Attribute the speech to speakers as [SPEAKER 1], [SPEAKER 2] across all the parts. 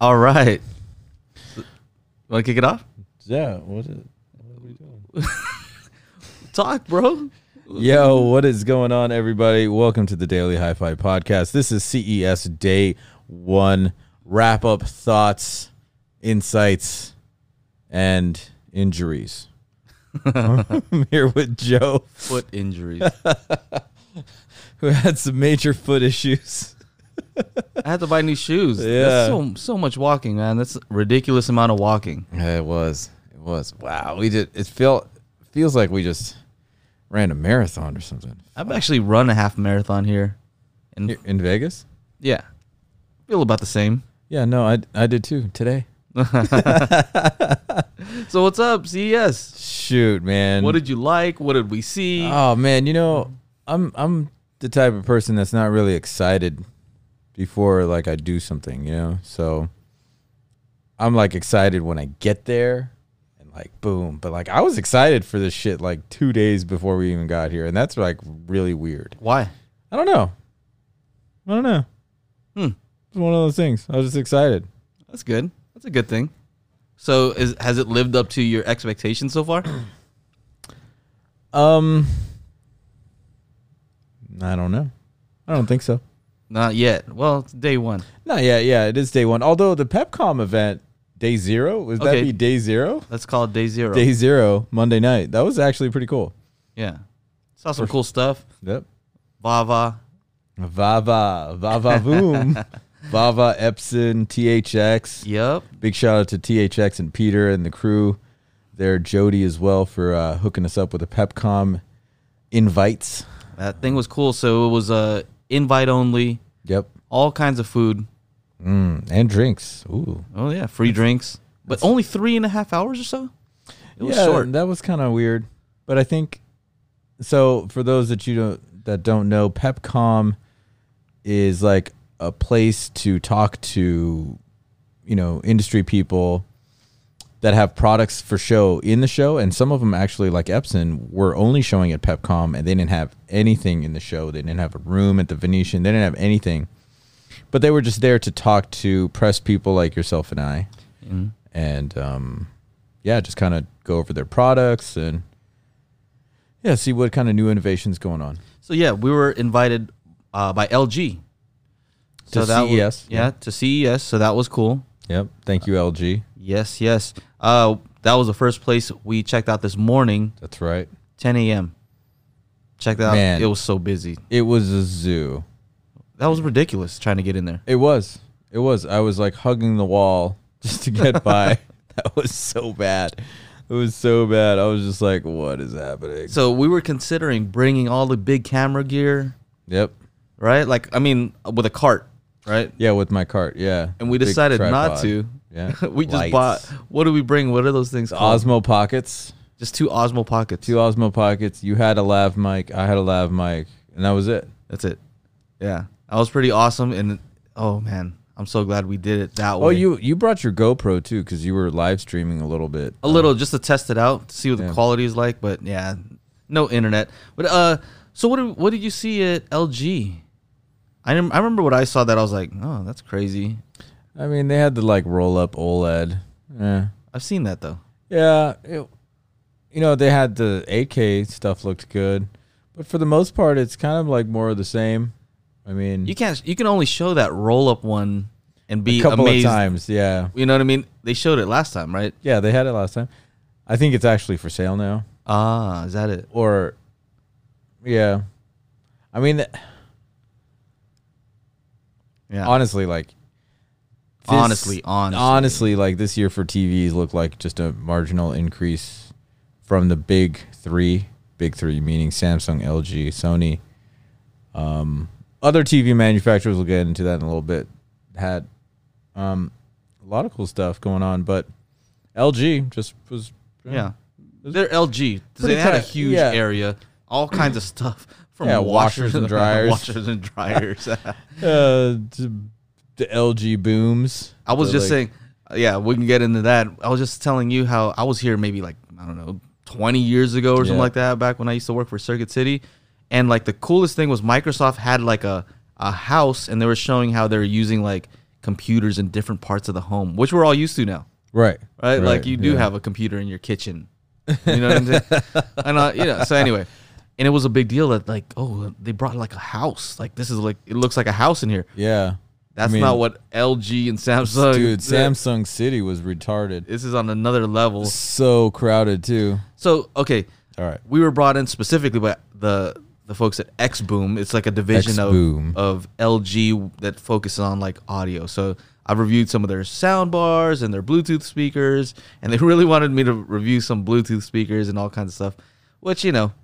[SPEAKER 1] All right. Want to kick it off?
[SPEAKER 2] Yeah, what is what are we doing?
[SPEAKER 1] Talk, bro.
[SPEAKER 2] Yo, what is going on, everybody? Welcome to the Daily Hi Fi Podcast. This is CES Day One. Wrap up thoughts, insights, and injuries. I'm here with Joe,
[SPEAKER 1] Foot injuries.
[SPEAKER 2] who had some major foot issues.
[SPEAKER 1] I had to buy new shoes.
[SPEAKER 2] Yeah.
[SPEAKER 1] That's so so much walking, man. That's a ridiculous amount of walking.
[SPEAKER 2] Yeah, It was. It was. Wow. We did. It felt feels like we just ran a marathon or something
[SPEAKER 1] I've actually run a half marathon here, and
[SPEAKER 2] Here in Vegas.
[SPEAKER 1] yeah, feel about the same.
[SPEAKER 2] Yeah. No, I I did too today.
[SPEAKER 1] So what's up, CES?
[SPEAKER 2] Shoot, man.
[SPEAKER 1] What did you like? What did we see?
[SPEAKER 2] Oh man, you know, I'm I'm the type of person that's not really excited before like I do something, you know. So I'm like excited when I get there and like boom. But like I was excited for this shit like two days before we even got here, and that's like really weird.
[SPEAKER 1] Why?
[SPEAKER 2] I don't know. I don't know.
[SPEAKER 1] Hmm.
[SPEAKER 2] It's one of those things. I was just excited.
[SPEAKER 1] That's good. That's a good thing. So is, has it lived up to your expectations so far?
[SPEAKER 2] Um I don't know. I don't think so.
[SPEAKER 1] Not yet. Well, it's day one.
[SPEAKER 2] No, yeah, yeah, it is day one. Although the Pepcom event, day zero, would
[SPEAKER 1] Okay.
[SPEAKER 2] that be day zero?
[SPEAKER 1] Let's call it day zero.
[SPEAKER 2] Day zero, Monday night. That was actually pretty cool.
[SPEAKER 1] Yeah. Saw some cool stuff.
[SPEAKER 2] Yep.
[SPEAKER 1] Vava.
[SPEAKER 2] Vava, Vava Voom, Vava Epson, THX.
[SPEAKER 1] Yep.
[SPEAKER 2] Big shout out to THX and Peter and the crew there, Jody as well, for uh, hooking us up with the Pepcom invites.
[SPEAKER 1] That thing was cool. So it was uh, invite only,
[SPEAKER 2] Yep.
[SPEAKER 1] all kinds of food.
[SPEAKER 2] Mm, and drinks. Ooh.
[SPEAKER 1] Oh, yeah. Free drinks. But only three and a half hours or so? It was short.
[SPEAKER 2] That was kind of weird, but I think so. For those that you don't that don't know, Pepcom is like a place to talk to, you know, industry people that have products for show in the show, and some of them actually, like Epson, were only showing at Pepcom, and they didn't have anything in the show. They didn't have a room at the Venetian. They didn't have anything, but they were just there to talk to press people like yourself and I
[SPEAKER 1] Mm-hmm.
[SPEAKER 2] and um, yeah, just kind of go over their products and yeah, see what kind of new innovations going on.
[SPEAKER 1] So, yeah, we were invited uh, by LG.
[SPEAKER 2] To
[SPEAKER 1] Was,
[SPEAKER 2] CES,
[SPEAKER 1] yeah,
[SPEAKER 2] yeah.
[SPEAKER 1] to CES. So that was cool.
[SPEAKER 2] Yep. Thank you, LG.
[SPEAKER 1] Yes, yes. Uh, that was the first place we checked out this morning,
[SPEAKER 2] That's right.
[SPEAKER 1] 10 a.m. Check that out.
[SPEAKER 2] Man.
[SPEAKER 1] It was so busy.
[SPEAKER 2] It was a zoo.
[SPEAKER 1] That was ridiculous trying to get in there.
[SPEAKER 2] It was. It was. I was like hugging the wall just to get by. That was so bad. It was so bad. I was just like, what is happening?
[SPEAKER 1] So we were considering bringing all the big camera gear,
[SPEAKER 2] Yep.
[SPEAKER 1] right? Like, I mean, with a cart, right?
[SPEAKER 2] Yeah, with my cart. Yeah.
[SPEAKER 1] And we
[SPEAKER 2] Big
[SPEAKER 1] decided not
[SPEAKER 2] tripod.
[SPEAKER 1] to.
[SPEAKER 2] Yeah.
[SPEAKER 1] we just
[SPEAKER 2] Lights.
[SPEAKER 1] bought. What do we bring? What are those things called?
[SPEAKER 2] Osmo pockets.
[SPEAKER 1] Just two Osmo pockets.
[SPEAKER 2] Two Osmo pockets. You had a lav mic. I had a lav mic. And that was it.
[SPEAKER 1] That's it. Yeah, that was pretty awesome. And oh man, I'm so glad we did it that way.
[SPEAKER 2] Oh, you you brought your GoPro too because you were live streaming a little bit.
[SPEAKER 1] a little just to test it out, to see what the
[SPEAKER 2] Yeah.
[SPEAKER 1] quality is like. But yeah, no internet. But uh, so what? Did, what did you see at LG? I rem- I remember what I saw that I was like, oh, that's crazy.
[SPEAKER 2] I mean, they had the like roll up OLED. Yeah,
[SPEAKER 1] I've seen that though.
[SPEAKER 2] yeah. it- you know, they had the 8K stuff looked good, but for the most part, it's kind of like more of the same. I mean,
[SPEAKER 1] You can't. You can only show that roll up one and be
[SPEAKER 2] a couple
[SPEAKER 1] amazed.
[SPEAKER 2] of times. Yeah,
[SPEAKER 1] You know what I mean? They showed it last time, right?
[SPEAKER 2] yeah. They had it last time. I think it's actually for sale now.
[SPEAKER 1] Ah, is that it?
[SPEAKER 2] Or, yeah. I mean, th-
[SPEAKER 1] Yeah.
[SPEAKER 2] honestly, like. this-
[SPEAKER 1] honestly, honestly,
[SPEAKER 2] honestly, like this year for TVs looked like just a marginal increase from the big three, big three meaning Samsung, LG, Sony. Um, other TV manufacturers, we'll get into that in a little bit, had um, a lot of cool stuff going on, but LG just was
[SPEAKER 1] Yeah. They're LG. They
[SPEAKER 2] Pretty
[SPEAKER 1] had a
[SPEAKER 2] tight,
[SPEAKER 1] huge
[SPEAKER 2] yeah.
[SPEAKER 1] area, all kinds of stuff from
[SPEAKER 2] Yeah, washers and dryers.
[SPEAKER 1] washers and dryers.
[SPEAKER 2] uh, t- the LG booms.
[SPEAKER 1] I was
[SPEAKER 2] They're
[SPEAKER 1] just
[SPEAKER 2] like-
[SPEAKER 1] saying, yeah, we can get into that. I was just telling you how I was here maybe like I don't know, 20 years ago or something
[SPEAKER 2] Yeah.
[SPEAKER 1] like that. Back when I used to work for Circuit City, and like the coolest thing was Microsoft had like a a house, and they were showing how they were using like computers in different parts of the home, which we're all used to now,
[SPEAKER 2] Right.
[SPEAKER 1] right? like you do
[SPEAKER 2] yeah.
[SPEAKER 1] have a computer in your kitchen. You know what I'm saying? and uh, you know, so anyway, and it was a big deal that like, oh, they brought like a house. Like this is like it looks like a house in here.
[SPEAKER 2] Yeah.
[SPEAKER 1] That's
[SPEAKER 2] I mean,
[SPEAKER 1] not what LG and Samsung.
[SPEAKER 2] Dude,
[SPEAKER 1] Yeah.
[SPEAKER 2] Samsung City was retarded.
[SPEAKER 1] This is on another level.
[SPEAKER 2] So crowded too.
[SPEAKER 1] So okay,
[SPEAKER 2] All right.
[SPEAKER 1] we were brought in specifically by the the folks at X Boom. It's like a division
[SPEAKER 2] X-Boom.
[SPEAKER 1] of of LG that focuses on like audio. So I've reviewed some of their sound bars and their Bluetooth speakers, and they really wanted me to review some Bluetooth speakers and all kinds of stuff. Which you know,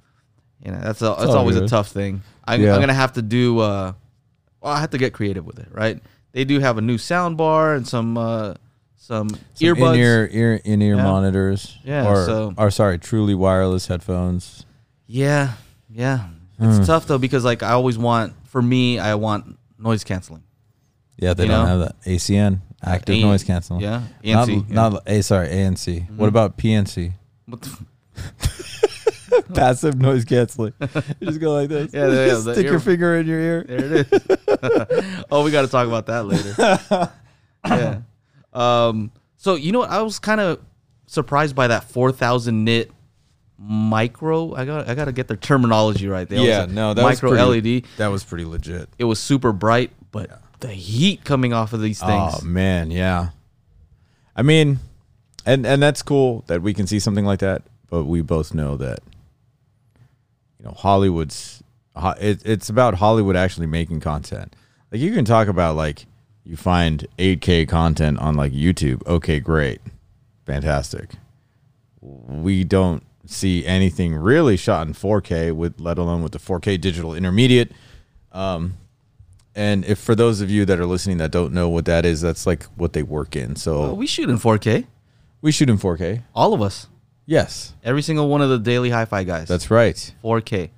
[SPEAKER 1] you know that's a, that's
[SPEAKER 2] all
[SPEAKER 1] always a
[SPEAKER 2] good.
[SPEAKER 1] tough thing. I,
[SPEAKER 2] Yeah.
[SPEAKER 1] I'm gonna have to do. Uh, well, I have to get creative with it, right? They do have a new sound bar and some uh, some, earbuds.
[SPEAKER 2] In ear ear in ear
[SPEAKER 1] Yeah.
[SPEAKER 2] monitors.
[SPEAKER 1] Yeah,
[SPEAKER 2] Or,
[SPEAKER 1] so-
[SPEAKER 2] or sorry, truly wireless headphones.
[SPEAKER 1] Yeah, yeah.
[SPEAKER 2] Hmm.
[SPEAKER 1] It's tough though because like I always want for me I want noise canceling.
[SPEAKER 2] Yeah, they
[SPEAKER 1] You
[SPEAKER 2] don't
[SPEAKER 1] know?
[SPEAKER 2] have that. ACN, active
[SPEAKER 1] A-
[SPEAKER 2] noise canceling.
[SPEAKER 1] Yeah, ANC.
[SPEAKER 2] Not,
[SPEAKER 1] yeah. Mm-hmm.
[SPEAKER 2] not A sorry, ANC. What about PNC?
[SPEAKER 1] What the f-
[SPEAKER 2] Passive noise canceling. you just go like this.
[SPEAKER 1] Yeah, there you go, the
[SPEAKER 2] Stick your
[SPEAKER 1] ear-
[SPEAKER 2] finger in your ear.
[SPEAKER 1] there it is. oh, we got to talk about that later. yeah. Um. So you know what? I was kind of surprised by that four thousand nit micro. I got I got to get their terminology right. They always
[SPEAKER 2] Yeah,
[SPEAKER 1] say
[SPEAKER 2] no, that was
[SPEAKER 1] micro
[SPEAKER 2] pretty-
[SPEAKER 1] LED.
[SPEAKER 2] That was pretty legit.
[SPEAKER 1] It was super bright, but the heat coming off of these things.
[SPEAKER 2] Oh man, yeah. I mean, and and that's cool that we can see something like that, but we both know that you know Hollywood's ho- it, it's about Hollywood actually making content. Like you can talk about like you find 8K content on like YouTube. Okay, great. Fantastic. We don't see anything really shot in 4K with let alone with the 4K digital intermediate. Um, And if for those of you that are listening that don't know what that is, that's like what they work in.
[SPEAKER 1] Well,
[SPEAKER 2] So
[SPEAKER 1] we shoot in four K.
[SPEAKER 2] we shoot in 4K.
[SPEAKER 1] All of us.
[SPEAKER 2] Yes,
[SPEAKER 1] Every single one of the daily hi-fi guys.
[SPEAKER 2] that's right.
[SPEAKER 1] 4K.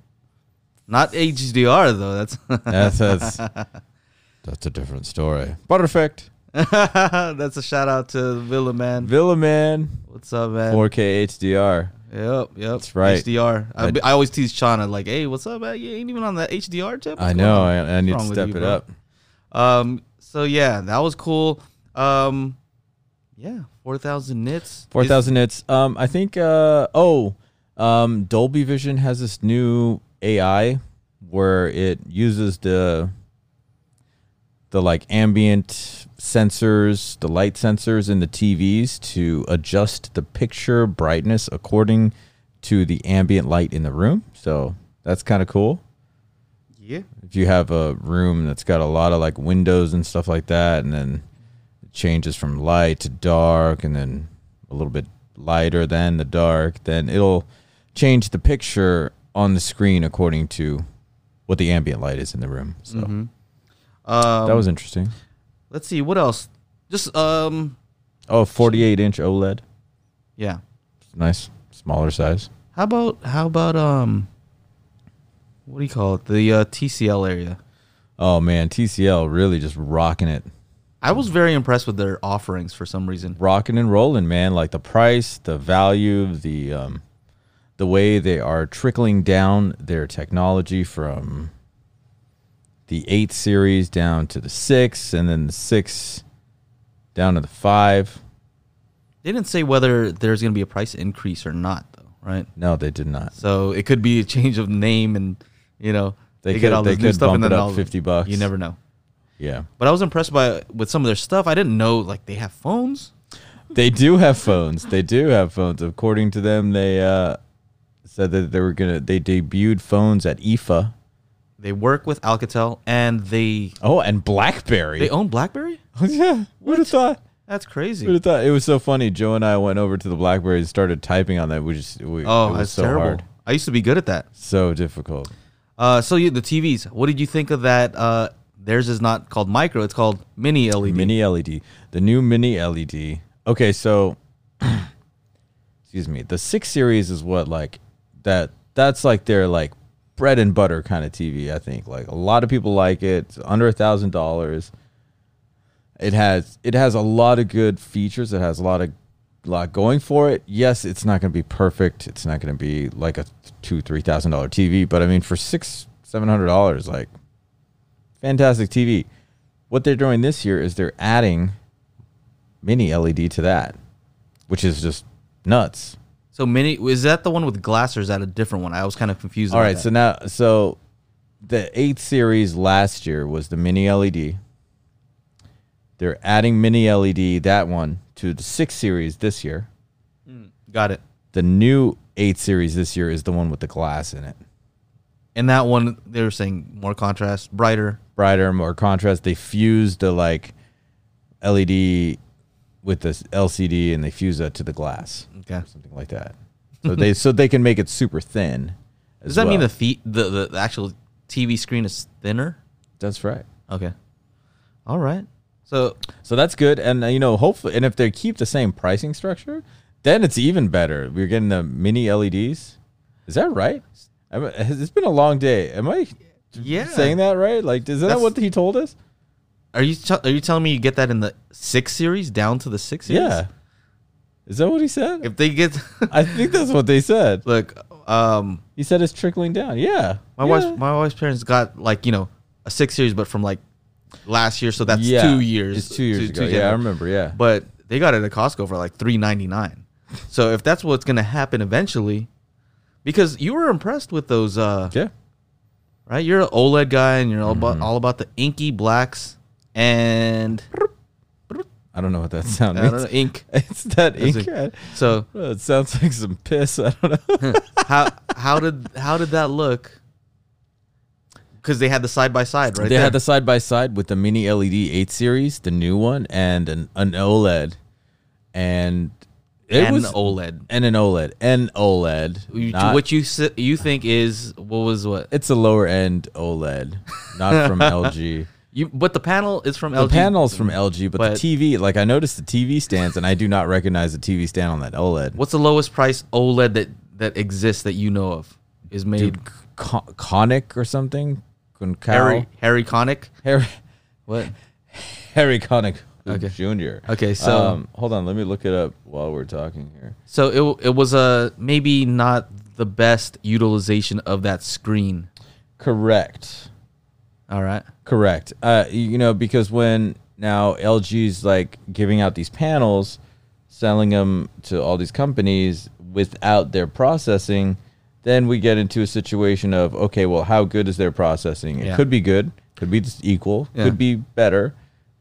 [SPEAKER 1] Not HDR though. That's
[SPEAKER 2] That's that's, that's a different story. Butter effect,
[SPEAKER 1] that's a shout out to Villa man.
[SPEAKER 2] Villa Man,
[SPEAKER 1] What's up, man?
[SPEAKER 2] 4K HDR.
[SPEAKER 1] Yep, yep. That's
[SPEAKER 2] right.
[SPEAKER 1] HDR. I,
[SPEAKER 2] I-
[SPEAKER 1] be- I always tease Chana like, "Hey, what's up, man? You ain't even on the HDR tip." What's
[SPEAKER 2] I
[SPEAKER 1] going
[SPEAKER 2] know.
[SPEAKER 1] on?"
[SPEAKER 2] I, I need to
[SPEAKER 1] wrong with
[SPEAKER 2] step
[SPEAKER 1] you,
[SPEAKER 2] it
[SPEAKER 1] bro?
[SPEAKER 2] up.
[SPEAKER 1] Um. So yeah, that was cool. Um. Yeah, four thousand nits.
[SPEAKER 2] Four thousand nits. Um, I think. Uh, oh, um, Dolby Vision has this new AI where it uses the the like ambient sensors, the light sensors in the TVs to adjust the picture brightness according to the ambient light in the room. So that's kind of cool
[SPEAKER 1] Is- Yeah.
[SPEAKER 2] if you have a room that's got a lot of like windows and stuff like that, and then it changes from light to dark, and then a little bit lighter than the dark, then it'll change the picture on the screen according to what the ambient light is in the room. So
[SPEAKER 1] Um,
[SPEAKER 2] that was interesting.
[SPEAKER 1] Let's see what else. Just um.
[SPEAKER 2] Oh, 48 inch E OLED.
[SPEAKER 1] Yeah.
[SPEAKER 2] Nice. Smaller size.
[SPEAKER 1] How about how about um. What do you call it? The uh, TCL area.
[SPEAKER 2] Oh man, TCL really just rocking it.
[SPEAKER 1] I was very impressed with their offerings for some reason.
[SPEAKER 2] rocking and rolling, man. Like the price, the value, the um, the way they are trickling down their technology from the eight series down to the six, and then the six down to the five.
[SPEAKER 1] They didn't say whether there's going to be a price increase or not, though, right?
[SPEAKER 2] No, they did not.
[SPEAKER 1] So it could be a change of name, and you know
[SPEAKER 2] They could- they could bump it up 50 bucks.
[SPEAKER 1] You never know.
[SPEAKER 2] Yeah,
[SPEAKER 1] But I was impressed by with some of their stuff. I didn't know like they have phones.
[SPEAKER 2] they do have phones. They do have phones. According to them, they uh, said that they were gonna. They debuted phones at E IFA.
[SPEAKER 1] They work with Alcatel, and they
[SPEAKER 2] Oh, and BlackBerry.
[SPEAKER 1] they own BlackBerry.
[SPEAKER 2] yeah, would have thought.
[SPEAKER 1] That's
[SPEAKER 2] Who'd
[SPEAKER 1] crazy.
[SPEAKER 2] have thought uh, it was so funny? Joe and I went over to the BlackBerry and started typing on that. We just we, it
[SPEAKER 1] Oh,
[SPEAKER 2] was
[SPEAKER 1] that's
[SPEAKER 2] so
[SPEAKER 1] terrible.
[SPEAKER 2] hard,
[SPEAKER 1] I used to be good at that.
[SPEAKER 2] so difficult.
[SPEAKER 1] Uh, so you, the TVs. What did you think of that? Uh, theirs is not called micro; it's called mini E LED.
[SPEAKER 2] Mini LED, the new mini LED. Okay, so excuse me, the six series is what like that. That's like their like bread and butter kind of TV. I think like a lot of people like it. It's under a thousand dollars. It has it has a lot of good features. It has a lot of lot going for it. Yes, it's not going to be perfect. It's not going to be like a two three thousand dollar TV. But I mean, for six seven hundred dollars, like fantastic TV. What they're doing this year is they're adding mini LED to that, which is just nuts.
[SPEAKER 1] So mini is that the one with glass or is that a different one? I was kind of confused.
[SPEAKER 2] All
[SPEAKER 1] about
[SPEAKER 2] right,
[SPEAKER 1] that.
[SPEAKER 2] so now so the eighth series last year was the mini LED. They're adding mini LED that one to the sixth series this year.
[SPEAKER 1] got it.
[SPEAKER 2] The new eight series this year is the one with the glass in it.
[SPEAKER 1] And that one they were saying more contrast, brighter.
[SPEAKER 2] Brighter, more contrast. They fuse the like LED with this LCD and they fuse that to the glass.
[SPEAKER 1] Okay.
[SPEAKER 2] Something like that. So they so they can make it super thin.
[SPEAKER 1] Hmm. Does that mean
[SPEAKER 2] well.
[SPEAKER 1] the feet the, the, the actual TV screen is thinner?
[SPEAKER 2] That's right.
[SPEAKER 1] Okay. All right. So
[SPEAKER 2] So that's good, and uh, you know, hopefully, and if they keep the same pricing structure, then it's even better. We're getting the mini LEDs. Is that right? I mean, it's been a long day. Am I
[SPEAKER 1] Yeah.
[SPEAKER 2] saying that right? Like, is that
[SPEAKER 1] That's-
[SPEAKER 2] what he told us?
[SPEAKER 1] are you t- are you telling me you get that in the six series down to the six series?
[SPEAKER 2] Yeah. Is that what he said?
[SPEAKER 1] If they get
[SPEAKER 2] I think that's what they said.
[SPEAKER 1] look, um,
[SPEAKER 2] He said it's trickling down. Yeah.
[SPEAKER 1] my
[SPEAKER 2] yeah.
[SPEAKER 1] wife's my wife's parents got like you know a six series, but from like last year, so that's
[SPEAKER 2] Yeah.
[SPEAKER 1] two years.
[SPEAKER 2] It's two years ago. yeah, I
[SPEAKER 1] generations.
[SPEAKER 2] remember. Yeah.
[SPEAKER 1] but they got it at Costco for like three ninety nine. So if that's what's gonna happen eventually, because you were impressed with those, uh,
[SPEAKER 2] yeah.
[SPEAKER 1] right? You're an OLED guy, and you're all
[SPEAKER 2] Mm-hmm.
[SPEAKER 1] about all about the inky blacks and
[SPEAKER 2] I don't know what that sound
[SPEAKER 1] I don't know,
[SPEAKER 2] means.
[SPEAKER 1] ink.
[SPEAKER 2] It's that
[SPEAKER 1] That's
[SPEAKER 2] ink.
[SPEAKER 1] it. So
[SPEAKER 2] It sounds like some piss. I don't know.
[SPEAKER 1] how how did how did that look? Because they had the side by side, right?
[SPEAKER 2] they
[SPEAKER 1] there.
[SPEAKER 2] had the side by side with the mini LED 8 series, the new one, and an, an OLED. And it
[SPEAKER 1] and
[SPEAKER 2] was
[SPEAKER 1] the OLED,
[SPEAKER 2] and an OLED. An OLED.
[SPEAKER 1] You-
[SPEAKER 2] not-
[SPEAKER 1] which you s- you think is what was what
[SPEAKER 2] it's a lower end OLED, not from LG.
[SPEAKER 1] you, but the panel is from
[SPEAKER 2] The
[SPEAKER 1] LG.
[SPEAKER 2] panel's from LG, but,
[SPEAKER 1] but-
[SPEAKER 2] the TV, like I noticed the TV stands, and I do not recognize the TV stand on that E OLED.
[SPEAKER 1] What's the lowest price OLED that that exists that you know of is made?
[SPEAKER 2] Dude, Con- Conic or something? Concao?
[SPEAKER 1] Harry Harry Connick.
[SPEAKER 2] Harry,
[SPEAKER 1] What?
[SPEAKER 2] Harry Connick
[SPEAKER 1] Okay.
[SPEAKER 2] Jr.
[SPEAKER 1] Okay, so-
[SPEAKER 2] Um, hold on, let me look it up while we're talking here.
[SPEAKER 1] So it it was a maybe not the best utilization of that screen.
[SPEAKER 2] Correct.
[SPEAKER 1] All right.
[SPEAKER 2] Correct. Uh, you know, because when now LG's like giving out these panels, selling them to all these companies without their processing, then we get into a situation of okay, well, how good is their processing? It
[SPEAKER 1] Yeah.
[SPEAKER 2] could be good, could be just equal,
[SPEAKER 1] Yeah.
[SPEAKER 2] could be better,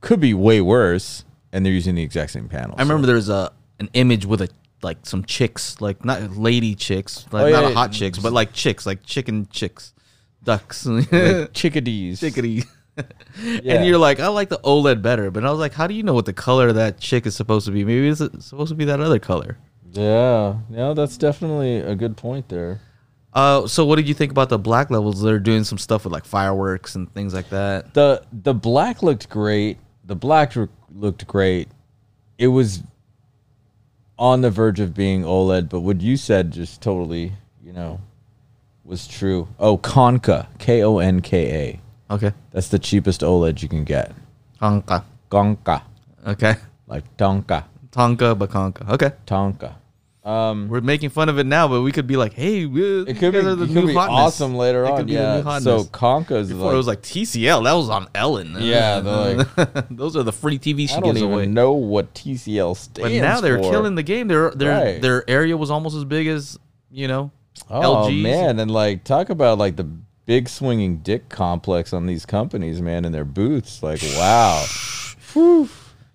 [SPEAKER 2] could be way worse, and they're using the exact same panels.
[SPEAKER 1] I remember there was a an image with a like some chicks, like not lady chicks, like
[SPEAKER 2] Oh,
[SPEAKER 1] not
[SPEAKER 2] yeah,
[SPEAKER 1] a hot
[SPEAKER 2] yeah.
[SPEAKER 1] chicks, but like chicks, like chicken chicks, ducks,
[SPEAKER 2] like chickadees.
[SPEAKER 1] chickadee.
[SPEAKER 2] Yeah.
[SPEAKER 1] And you're like, I like the OLED better, but I was like, how do you know what the color of that chick is supposed to be? Maybe it's supposed to be that other color.
[SPEAKER 2] Yeah, no, that's definitely a good point there.
[SPEAKER 1] Uh, so what did you think about the black levels? They're doing some stuff with like fireworks and things like that.
[SPEAKER 2] the the black looked great. The black r- looked great. It was on the verge of being OLED, but what you said just totally, you know, was true. Oh, Conka, K O N K A.
[SPEAKER 1] Okay,
[SPEAKER 2] That's the cheapest OLED you can get.
[SPEAKER 1] Tonka.
[SPEAKER 2] Conka,
[SPEAKER 1] Okay,
[SPEAKER 2] like Tonka,
[SPEAKER 1] Tonka Baconka. Okay,
[SPEAKER 2] Tonka. Um,
[SPEAKER 1] we're making fun of it now, but we could be like, hey, we,
[SPEAKER 2] it could be,
[SPEAKER 1] these guys are
[SPEAKER 2] it could be
[SPEAKER 1] hotness.
[SPEAKER 2] awesome later
[SPEAKER 1] It
[SPEAKER 2] on.
[SPEAKER 1] could be the new
[SPEAKER 2] yeah.
[SPEAKER 1] hotness.
[SPEAKER 2] So Conka is
[SPEAKER 1] Before
[SPEAKER 2] like,
[SPEAKER 1] it was like TCL, that was on Ellen.
[SPEAKER 2] Yeah, they're
[SPEAKER 1] those are the free TV she
[SPEAKER 2] I don't
[SPEAKER 1] gives
[SPEAKER 2] even
[SPEAKER 1] away.
[SPEAKER 2] know what TCL stands
[SPEAKER 1] But now they're
[SPEAKER 2] for.
[SPEAKER 1] killing the game. Their their
[SPEAKER 2] Right.
[SPEAKER 1] their area was almost as big as you know.
[SPEAKER 2] Oh
[SPEAKER 1] LGs.
[SPEAKER 2] man, and like talk about like the big swinging dick complex on these companies, man, and their booths. Like wow,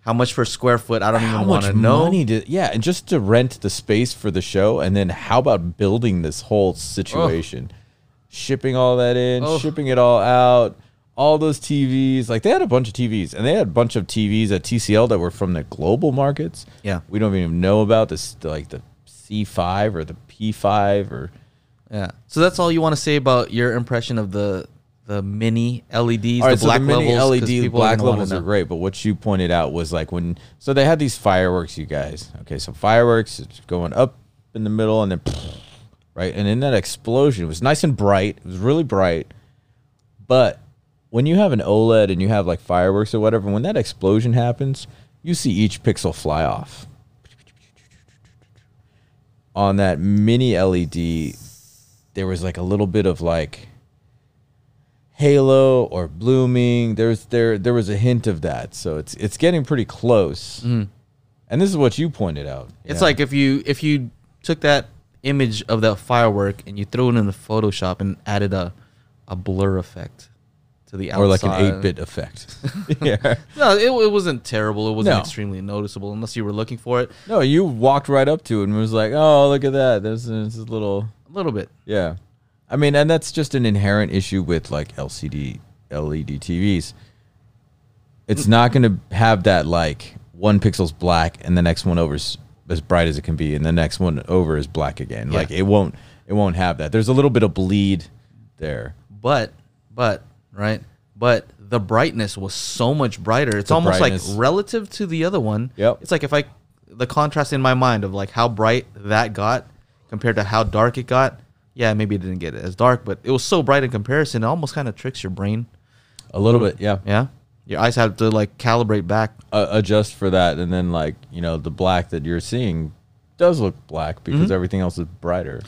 [SPEAKER 1] How much per square foot? I don't even want to know.
[SPEAKER 2] money did? Yeah, and just to rent the space for the show, and then how about building this whole situation, shipping all that in,
[SPEAKER 1] Oh.
[SPEAKER 2] shipping it all out. All those TVs, like they had a bunch of TVs, and they had a bunch of TVs at TCL that were from the global markets.
[SPEAKER 1] Yeah.
[SPEAKER 2] we don't even know about this, like the C5 or the P5 or
[SPEAKER 1] Yeah. So that's all you want to say about your impression of the the mini LEDs, E the black levels. 'cause
[SPEAKER 2] LED
[SPEAKER 1] people are
[SPEAKER 2] E black
[SPEAKER 1] gonna wanna
[SPEAKER 2] levels are
[SPEAKER 1] know.
[SPEAKER 2] great, but what you pointed out was like when so they had these fireworks, you guys. Okay, so fireworks it's going up in the middle and then right, and in that explosion, it was nice and bright. It was really bright, but when you have an OLED and you have like fireworks or whatever, when that explosion happens, you see each pixel fly off. On that E mini LED, there was like a little bit of like Halo or Blooming. There's there there was a hint of that, so it's it's getting pretty close. And this is what you pointed out.
[SPEAKER 1] Mm-hmm. It's
[SPEAKER 2] Yeah.
[SPEAKER 1] like if you if you took that image of that firework and you threw it in the Photoshop and added a a blur effect to the outside.
[SPEAKER 2] or like an eight bit effect. yeah.
[SPEAKER 1] No, it, it wasn't terrible. It wasn't
[SPEAKER 2] No.
[SPEAKER 1] extremely noticeable unless you were looking for it
[SPEAKER 2] No, you walked right up to it and was like, "Oh, look at that! There's this little
[SPEAKER 1] a little bit.
[SPEAKER 2] yeah." I mean, and that's just an inherent issue with like LCD LED TVs. It's not going to have that like one pixel's black and the next one over is as bright as it can be, and the next one over is black again.
[SPEAKER 1] Yeah.
[SPEAKER 2] Like it won't it won't have that. There's a little bit of bleed there.
[SPEAKER 1] But but right, but the brightness was so much brighter. It's
[SPEAKER 2] The
[SPEAKER 1] almost
[SPEAKER 2] brightness.
[SPEAKER 1] like relative to the other one.
[SPEAKER 2] Yep.
[SPEAKER 1] It's like if I the contrast in my mind of like how bright that got compared to how dark it got. Yeah, maybe it didn't get as dark, but it was so bright in comparison. It almost kind of tricks your brain.
[SPEAKER 2] A little bit, yeah.
[SPEAKER 1] Yeah. Your eyes have to like calibrate back.
[SPEAKER 2] uh, adjust for that, and then like you know the black that you're seeing does look black because
[SPEAKER 1] Mm-hmm.
[SPEAKER 2] everything else is brighter.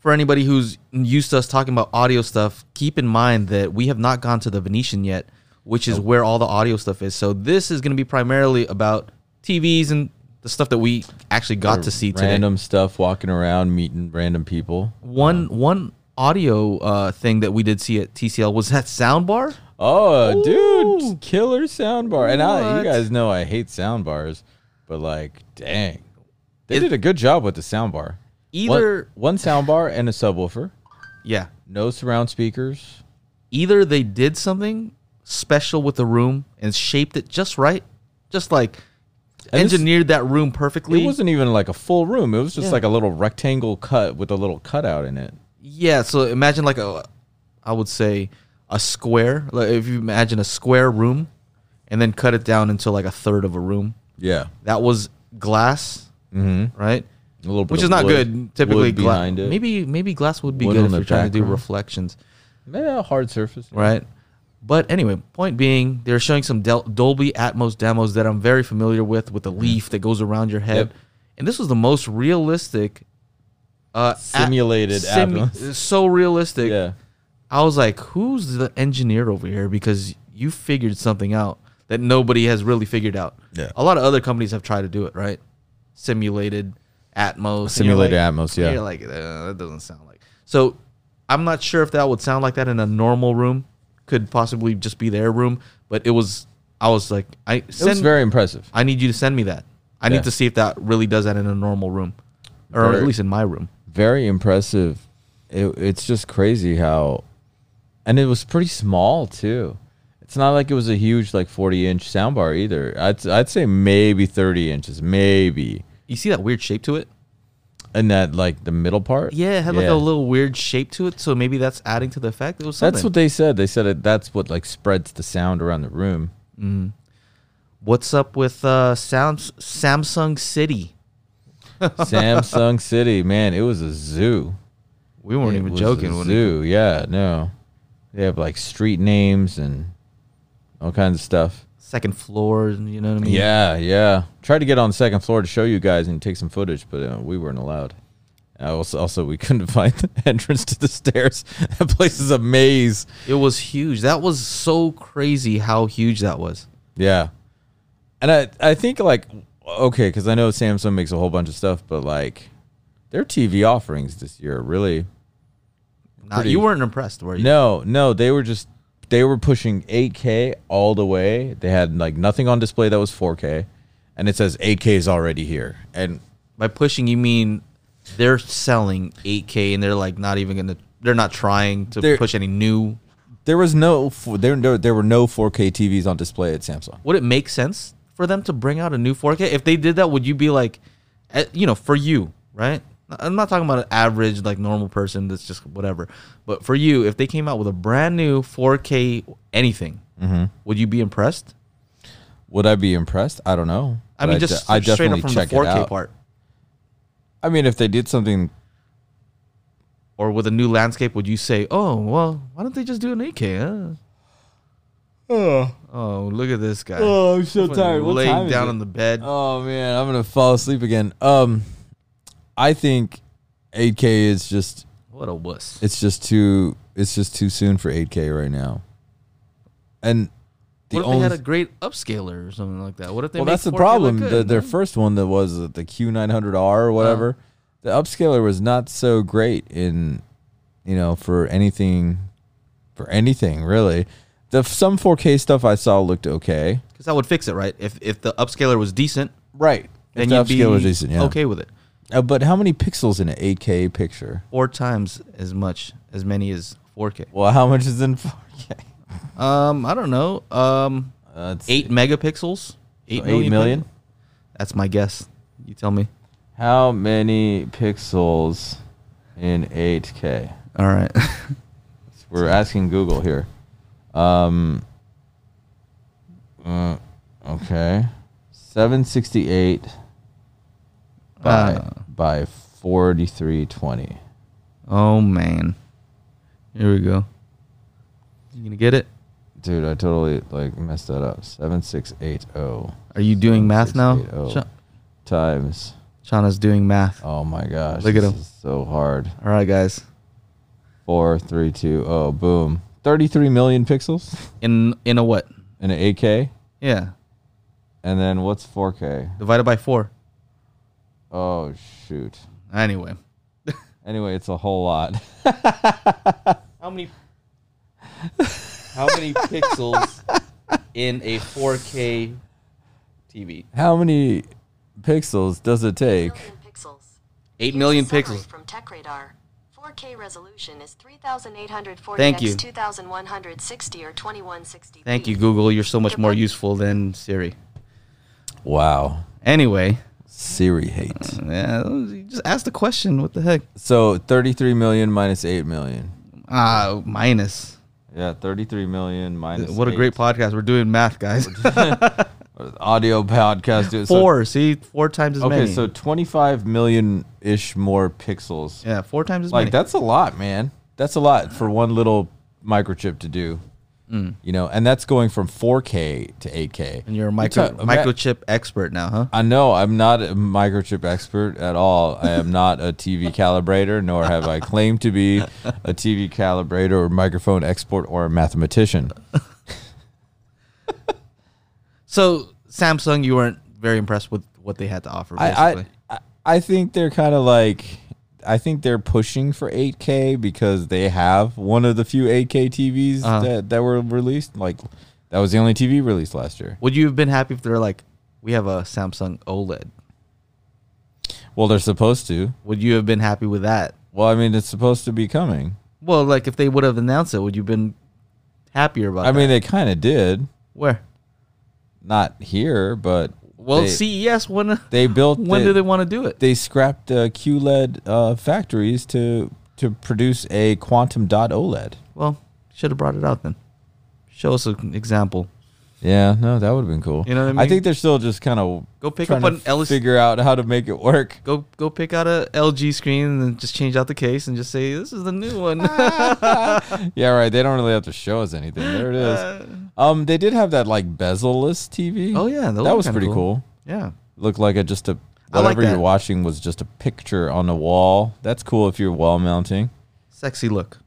[SPEAKER 1] For anybody who's used to us talking about audio stuff, keep in mind that we have not gone to the Venetian yet, which is where all the audio stuff is. So this is going to be primarily about TVs and the stuff that we actually got to see today.
[SPEAKER 2] random stuff walking around, meeting random people.
[SPEAKER 1] One one audio uh, thing that we did see at TCL was that soundbar.
[SPEAKER 2] Oh,
[SPEAKER 1] Ooh.
[SPEAKER 2] dude, killer soundbar! And I,
[SPEAKER 1] What?
[SPEAKER 2] you guys know I hate soundbars, but like, dang, they
[SPEAKER 1] It-
[SPEAKER 2] did a good job with the soundbar.
[SPEAKER 1] Either
[SPEAKER 2] one, one soundbar and a subwoofer,
[SPEAKER 1] yeah,
[SPEAKER 2] no surround speakers.
[SPEAKER 1] either they did something special with the room and shaped it just right, just like
[SPEAKER 2] And this-
[SPEAKER 1] engineered that room perfectly.
[SPEAKER 2] It wasn't even like a full room. It was just
[SPEAKER 1] Yeah.
[SPEAKER 2] like a little rectangle cut with a little cutout in it.
[SPEAKER 1] Yeah, so imagine like a, I would say a square. Like if you imagine a square room, and then cut it down into like a third of a room.
[SPEAKER 2] Yeah,
[SPEAKER 1] That was glass,
[SPEAKER 2] mm-hmm.
[SPEAKER 1] right?
[SPEAKER 2] a little bit,
[SPEAKER 1] Which
[SPEAKER 2] of
[SPEAKER 1] is not
[SPEAKER 2] wood-
[SPEAKER 1] good. Typically,
[SPEAKER 2] wood
[SPEAKER 1] glass.
[SPEAKER 2] behind it.
[SPEAKER 1] Maybe maybe glass would be
[SPEAKER 2] Wood
[SPEAKER 1] good
[SPEAKER 2] on
[SPEAKER 1] if
[SPEAKER 2] the
[SPEAKER 1] you're trying to do
[SPEAKER 2] background.
[SPEAKER 1] reflections,
[SPEAKER 2] Yeah, hard surface.
[SPEAKER 1] right? But anyway, point being, they're showing some Del- Dolby Atmos demos that I'm very familiar with, with the leaf that goes around your head,
[SPEAKER 2] Yep.
[SPEAKER 1] and this was the most realistic. Uh, at-
[SPEAKER 2] Simulated Atmos.
[SPEAKER 1] so realistic.
[SPEAKER 2] Yeah.
[SPEAKER 1] I was like, who's the engineer over here? Because you figured something out that nobody has really figured out.
[SPEAKER 2] Yeah.
[SPEAKER 1] A lot of other companies have tried to do it, right? Simulated Atmos. and you're
[SPEAKER 2] Simulated
[SPEAKER 1] like-
[SPEAKER 2] Atmos, yeah.
[SPEAKER 1] You're like, uh, that doesn't sound like. So I'm not sure if that would sound like that in a normal room. Could possibly just be their room, but it was. I was like, I
[SPEAKER 2] It was
[SPEAKER 1] send.
[SPEAKER 2] very impressive.
[SPEAKER 1] I need you to send me that. I
[SPEAKER 2] Yeah.
[SPEAKER 1] need to see if that really does that in a normal room, or
[SPEAKER 2] Very-
[SPEAKER 1] at least in my room.
[SPEAKER 2] Very impressive. It, it's just crazy how, and it was pretty small too. It's not like it was a huge like forty inch soundbar either. I'd I'd say maybe thirty inches, maybe.
[SPEAKER 1] You see that weird shape to it?
[SPEAKER 2] And that like the middle part.
[SPEAKER 1] Yeah, it had like a little weird shape to it, so maybe that's adding to the effect. It was something.
[SPEAKER 2] That's what they said. They said it, that's what like spreads the sound around the room.
[SPEAKER 1] What's up with uh, sounds Samsung City?
[SPEAKER 2] Samsung City, man, it was a zoo.
[SPEAKER 1] We weren't
[SPEAKER 2] It
[SPEAKER 1] even
[SPEAKER 2] was
[SPEAKER 1] joking.
[SPEAKER 2] A
[SPEAKER 1] When we-
[SPEAKER 2] zoo, yeah, no. They have like street names and all kinds of stuff.
[SPEAKER 1] second floor, you know what I mean?
[SPEAKER 2] Yeah, yeah. Tried to get on the second floor to show you guys and take some footage, but uh, we weren't allowed. I also, also, we couldn't find the entrance to the stairs. That place is a maze.
[SPEAKER 1] it was huge. That was so crazy how huge that was.
[SPEAKER 2] Yeah, and I, I think like okay, because I know Samsung makes a whole bunch of stuff, but like their TV offerings this year are really
[SPEAKER 1] Nah,
[SPEAKER 2] Pretty-
[SPEAKER 1] you weren't impressed, were you?
[SPEAKER 2] No, no, they were just they were pushing 8K all the way. They had like nothing on display that was 4K, and it says 8K is already here. And
[SPEAKER 1] By pushing, you mean they're selling 8K and they're like not even gonna. They're not trying to
[SPEAKER 2] They're-
[SPEAKER 1] push any new.
[SPEAKER 2] there was no f- there there, there were no 4K TVs on display at Samsung.
[SPEAKER 1] Would it make sense for them to bring out a new 4K? If they did that, would you be like, eh, you know, for you, right? I'm not talking about an average, like normal person that's just whatever. But for you, if they came out with a brand new 4K anything,
[SPEAKER 2] Mm-hmm.
[SPEAKER 1] would you be impressed?
[SPEAKER 2] Would I be impressed? I don't know.
[SPEAKER 1] I
[SPEAKER 2] But
[SPEAKER 1] mean,
[SPEAKER 2] de-
[SPEAKER 1] just
[SPEAKER 2] I
[SPEAKER 1] straight up
[SPEAKER 2] definitely
[SPEAKER 1] from the
[SPEAKER 2] check it
[SPEAKER 1] 4K
[SPEAKER 2] out.
[SPEAKER 1] part,
[SPEAKER 2] I mean, if they did something,
[SPEAKER 1] or with a new landscape, would you say, oh, well, why don't they just do an 8K? Huh?
[SPEAKER 2] oh,
[SPEAKER 1] Oh, look at this guy.
[SPEAKER 2] I'm so
[SPEAKER 1] laying down on the bed.
[SPEAKER 2] Oh man, I'm gonna fall asleep again. Um, I think 8K is just
[SPEAKER 1] What a wuss.
[SPEAKER 2] it's just too it's just too soon for 8K right now. And the
[SPEAKER 1] what if
[SPEAKER 2] only
[SPEAKER 1] they had a great upscaler or something like that? What if they
[SPEAKER 2] well,
[SPEAKER 1] make
[SPEAKER 2] that's the
[SPEAKER 1] 4K look
[SPEAKER 2] problem.
[SPEAKER 1] good,
[SPEAKER 2] the, their
[SPEAKER 1] man?
[SPEAKER 2] first one that was the Q900R or whatever,
[SPEAKER 1] Oh.
[SPEAKER 2] the upscaler was not so great in, you know, for anything, for anything really. The some 4K stuff I saw looked okay.
[SPEAKER 1] Because that would fix it, right? If if the upscaler was decent,
[SPEAKER 2] Right.
[SPEAKER 1] then
[SPEAKER 2] the
[SPEAKER 1] you'd be
[SPEAKER 2] upscaler was decent, yeah.
[SPEAKER 1] okay with it.
[SPEAKER 2] Uh, but how many pixels in an 8K picture?
[SPEAKER 1] Four times as much, as many as 4K.
[SPEAKER 2] Well, how much is in 4K?
[SPEAKER 1] Um, I don't know. Um,
[SPEAKER 2] Uh, let's
[SPEAKER 1] eight
[SPEAKER 2] see.
[SPEAKER 1] megapixels.
[SPEAKER 2] So
[SPEAKER 1] Eight
[SPEAKER 2] eight
[SPEAKER 1] million.
[SPEAKER 2] million?
[SPEAKER 1] pixels? That's my guess. You tell me.
[SPEAKER 2] How many pixels in 8K?
[SPEAKER 1] All right.
[SPEAKER 2] We're asking Google here. Um, uh, okay, seven sixty eight by
[SPEAKER 1] Uh.
[SPEAKER 2] by forty three twenty.
[SPEAKER 1] oh man. Here we go. You gonna get it?
[SPEAKER 2] Dude, I totally like messed that up. Seven six eight oh. zero
[SPEAKER 1] Are you doing math now?
[SPEAKER 2] 680.
[SPEAKER 1] Sha-
[SPEAKER 2] times.
[SPEAKER 1] Shauna's doing math.
[SPEAKER 2] Oh my gosh!
[SPEAKER 1] Look at
[SPEAKER 2] this
[SPEAKER 1] him.
[SPEAKER 2] is so hard.
[SPEAKER 1] All right, guys.
[SPEAKER 2] Four three two oh boom. Thirty three million pixels
[SPEAKER 1] In in a what?
[SPEAKER 2] in an eight K,
[SPEAKER 1] Yeah.
[SPEAKER 2] and then what's four K?
[SPEAKER 1] Divided by four.
[SPEAKER 2] Oh shoot.
[SPEAKER 1] Anyway.
[SPEAKER 2] Anyway, it's a whole lot.
[SPEAKER 1] How many? How many pixels in a 4K TV?
[SPEAKER 2] How many pixels does it take?
[SPEAKER 3] Million pixels.
[SPEAKER 1] Eight million
[SPEAKER 3] Here's a
[SPEAKER 1] pixels.
[SPEAKER 3] summary From TechRadar. 4K resolution is 3,840
[SPEAKER 1] Thank
[SPEAKER 3] x
[SPEAKER 1] you.
[SPEAKER 3] 2,160 or 2160.
[SPEAKER 1] Thank you, Google. You're so much more useful than Siri.
[SPEAKER 2] Wow.
[SPEAKER 1] Anyway,
[SPEAKER 2] Siri hate.
[SPEAKER 1] yeah, you just ask the question. What the heck?
[SPEAKER 2] So 33 million minus 8 million.
[SPEAKER 1] Ah, minus.
[SPEAKER 2] Yeah, 33 million minus.
[SPEAKER 1] What a great podcast. We're doing math, guys.
[SPEAKER 2] po- audio podcast. dude. So-
[SPEAKER 1] four. see, four times as
[SPEAKER 2] okay,
[SPEAKER 1] many.
[SPEAKER 2] so 25 million ish more pixels.
[SPEAKER 1] yeah, four times as
[SPEAKER 2] Like
[SPEAKER 1] many.
[SPEAKER 2] that's a lot, man. That's a lot for one little microchip to do. You know, and that's going from 4K to 8K.
[SPEAKER 1] Mm. And you're a micro,
[SPEAKER 2] ta-
[SPEAKER 1] microchip expert now, huh?
[SPEAKER 2] I know I'm not a microchip expert at all. I am not a TV calibrator, nor have I claimed to be a TV calibrator or microphone expert or a mathematician.
[SPEAKER 1] So Samsung, you weren't very impressed with what they had to offer.
[SPEAKER 2] I,
[SPEAKER 1] Basically.
[SPEAKER 2] I I think they're kind of like I think they're pushing for 8K because they have one of the few 8K TVs
[SPEAKER 1] Uh-huh.
[SPEAKER 2] that that were released. Like that was the only TV released last year.
[SPEAKER 1] Would you have been happy if they're like, we have a Samsung OLED?
[SPEAKER 2] Well, they're supposed to.
[SPEAKER 1] Would you have been happy with that?
[SPEAKER 2] Well, I mean, it's supposed to be coming.
[SPEAKER 1] Well, like if they would have announced it, would you have been happier about
[SPEAKER 2] I
[SPEAKER 1] that?
[SPEAKER 2] mean, they kind of did.
[SPEAKER 1] where?
[SPEAKER 2] Not here, but
[SPEAKER 1] Well,
[SPEAKER 2] they,
[SPEAKER 1] CES when
[SPEAKER 2] they built
[SPEAKER 1] when
[SPEAKER 2] it-
[SPEAKER 1] do they want to do it?
[SPEAKER 2] they scrapped uh, QLED uh, factories to to produce a quantum dot E OLED.
[SPEAKER 1] well, should have brought it out then. Show us an example.
[SPEAKER 2] Yeah, no, that would have been cool.
[SPEAKER 1] You know what I mean?
[SPEAKER 2] think they're still just kind of
[SPEAKER 1] Go pick
[SPEAKER 2] trying
[SPEAKER 1] up
[SPEAKER 2] to
[SPEAKER 1] an LS
[SPEAKER 2] figure out how to make it work.
[SPEAKER 1] Go go pick out a LG screen and just change out the case and just say this is the new one.
[SPEAKER 2] Yeah, right. They don't really have to show us anything. There it is. Um, they did have that like bezelless TV.
[SPEAKER 1] Uh. Oh, yeah, those
[SPEAKER 2] that
[SPEAKER 1] are
[SPEAKER 2] was
[SPEAKER 1] kinda
[SPEAKER 2] pretty cool.
[SPEAKER 1] cool. yeah.
[SPEAKER 2] Looked like a just a
[SPEAKER 1] I like
[SPEAKER 2] whatever you're
[SPEAKER 1] that.
[SPEAKER 2] watching was just a picture on the wall. That's cool if you're wall mounting.
[SPEAKER 1] Sexy look.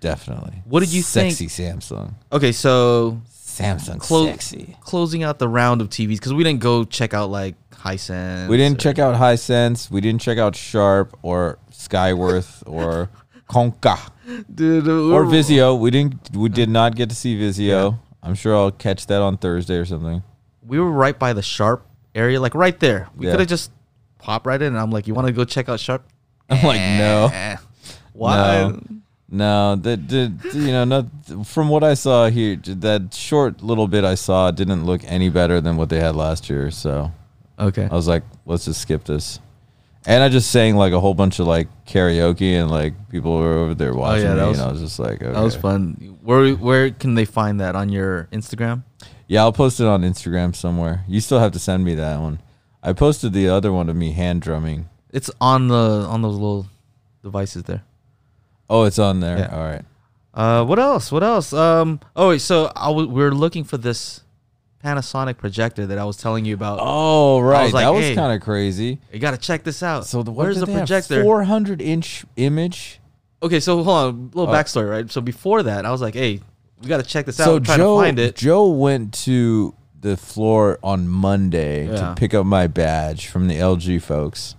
[SPEAKER 2] Definitely.
[SPEAKER 1] What did you think-
[SPEAKER 2] Sexy Samsung.
[SPEAKER 1] Okay, so
[SPEAKER 2] Samsung
[SPEAKER 1] clo-
[SPEAKER 2] sexy.
[SPEAKER 1] closing out the round of TVs because we didn't go check out like Hisense.
[SPEAKER 2] We didn't
[SPEAKER 1] or-
[SPEAKER 2] check out Hisense. We didn't check out Sharp or Skyworth or Conca
[SPEAKER 1] dude uh,
[SPEAKER 2] or
[SPEAKER 1] we're-
[SPEAKER 2] Vizio. We didn't. We did not get to see Vizio. I'm sure I'll catch that on Thursday or something.
[SPEAKER 1] We were right by the Sharp area, like right there. We
[SPEAKER 2] Yeah.
[SPEAKER 1] could have just popped right in. And I'm like, you want to go check out Sharp?
[SPEAKER 2] I'm like, no,
[SPEAKER 1] Eh. Why?
[SPEAKER 2] no. That, that- you know, not from what I saw here. That short little bit I saw didn't look any better than what they had last year. So
[SPEAKER 1] Okay.
[SPEAKER 2] I was like, let's just skip this. And I just sang like a whole bunch of like karaoke and like people were over there watching
[SPEAKER 1] Oh, yeah, that
[SPEAKER 2] me
[SPEAKER 1] was-
[SPEAKER 2] and I was just like, okay.
[SPEAKER 1] That was fun. Where where can they find that on your Instagram?
[SPEAKER 2] Yeah, I'll post it on Instagram somewhere. You still have to send me that one. I posted the other one of me hand drumming.
[SPEAKER 1] It's on the on those little devices there.
[SPEAKER 2] Oh, it's on there.
[SPEAKER 1] Yeah.
[SPEAKER 2] All right.
[SPEAKER 1] Uh, what else? What else? Um, oh wait, so I w- we are looking for this Panasonic projector that I was telling you about.
[SPEAKER 2] Oh, right.
[SPEAKER 1] like,
[SPEAKER 2] that was
[SPEAKER 1] hey.
[SPEAKER 2] kind of crazy.
[SPEAKER 1] You gotta check this out.
[SPEAKER 2] So the what
[SPEAKER 1] where's
[SPEAKER 2] did
[SPEAKER 1] the
[SPEAKER 2] they have?
[SPEAKER 1] projector?
[SPEAKER 2] 400 inch image
[SPEAKER 1] Okay, so hold on, a
[SPEAKER 2] Oh.
[SPEAKER 1] little backstory, right? So before that, I was like, "Hey, we got to check this out.
[SPEAKER 2] so
[SPEAKER 1] I'm trying
[SPEAKER 2] Joe
[SPEAKER 1] to find it."
[SPEAKER 2] Joe went to the floor on Monday
[SPEAKER 1] Yeah.
[SPEAKER 2] to pick up my badge from the LG folks.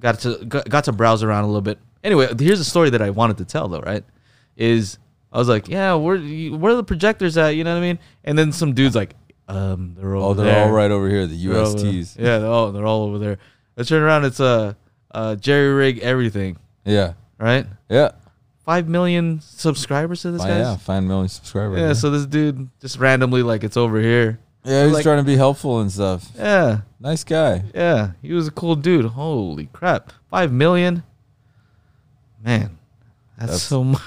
[SPEAKER 1] got to got, got to browse around a little bit. Anyway, here's a story that I wanted to tell though, right? Is I was like, yeah, where you- where are the projectors at? You know what I mean? And then some dudes like, um, they're over
[SPEAKER 2] Oh, they're
[SPEAKER 1] there.
[SPEAKER 2] all right over here. The
[SPEAKER 1] They're over-
[SPEAKER 2] USTs.
[SPEAKER 1] yeah, they're all they're all over there. I turn around, it's uh, uh, Jerry rig everything,
[SPEAKER 2] Yeah.
[SPEAKER 1] right?
[SPEAKER 2] Yeah.
[SPEAKER 1] Five million subscribers to this
[SPEAKER 2] Fi-
[SPEAKER 1] guy.
[SPEAKER 2] yeah. Five million subscribers.
[SPEAKER 1] yeah, so this dude just randomly like it's over here.
[SPEAKER 2] yeah, he's
[SPEAKER 1] like-
[SPEAKER 2] trying to be helpful and stuff.
[SPEAKER 1] Yeah,
[SPEAKER 2] Nice guy.
[SPEAKER 1] Yeah, he was a cool dude. Holy crap. Five million? Man, that's,
[SPEAKER 2] That's-
[SPEAKER 1] so much.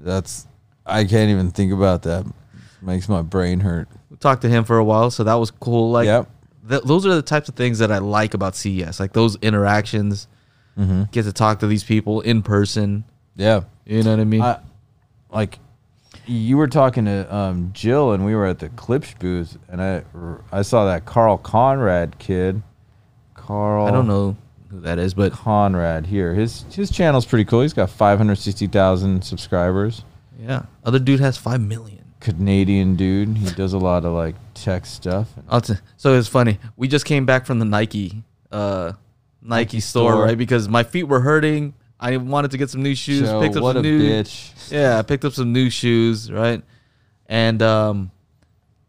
[SPEAKER 2] That's I can't even think about that. Makes my brain hurt.
[SPEAKER 1] Talked to him for a while, so that was cool. Like,
[SPEAKER 2] Yep.
[SPEAKER 1] th- those are the types of things that I like about CES. Like, those interactions,
[SPEAKER 2] Mm-hmm.
[SPEAKER 1] get to talk to these people in person.
[SPEAKER 2] Yeah.
[SPEAKER 1] You know what I mean?
[SPEAKER 2] I, like you were talking to um, Jill and we were at the Clips booth and I I saw that Carl Conrad kid. Carl
[SPEAKER 1] I don't know who that is, but
[SPEAKER 2] Conrad here. His his channel's pretty cool. He's got 560,000 subscribers.
[SPEAKER 1] yeah. Other dude has five million.
[SPEAKER 2] Canadian dude. He does a lot of like tech stuff.
[SPEAKER 1] I'll t- so it's funny. We just came back from the Nike, uh, Nike,
[SPEAKER 2] Nike
[SPEAKER 1] store,
[SPEAKER 2] store.
[SPEAKER 1] right? Because my feet were hurting. I wanted to get some new shoes.
[SPEAKER 2] Joe,
[SPEAKER 1] picked up
[SPEAKER 2] what
[SPEAKER 1] some
[SPEAKER 2] a
[SPEAKER 1] new,
[SPEAKER 2] bitch.
[SPEAKER 1] Yeah, I picked up some new shoes, right? And um,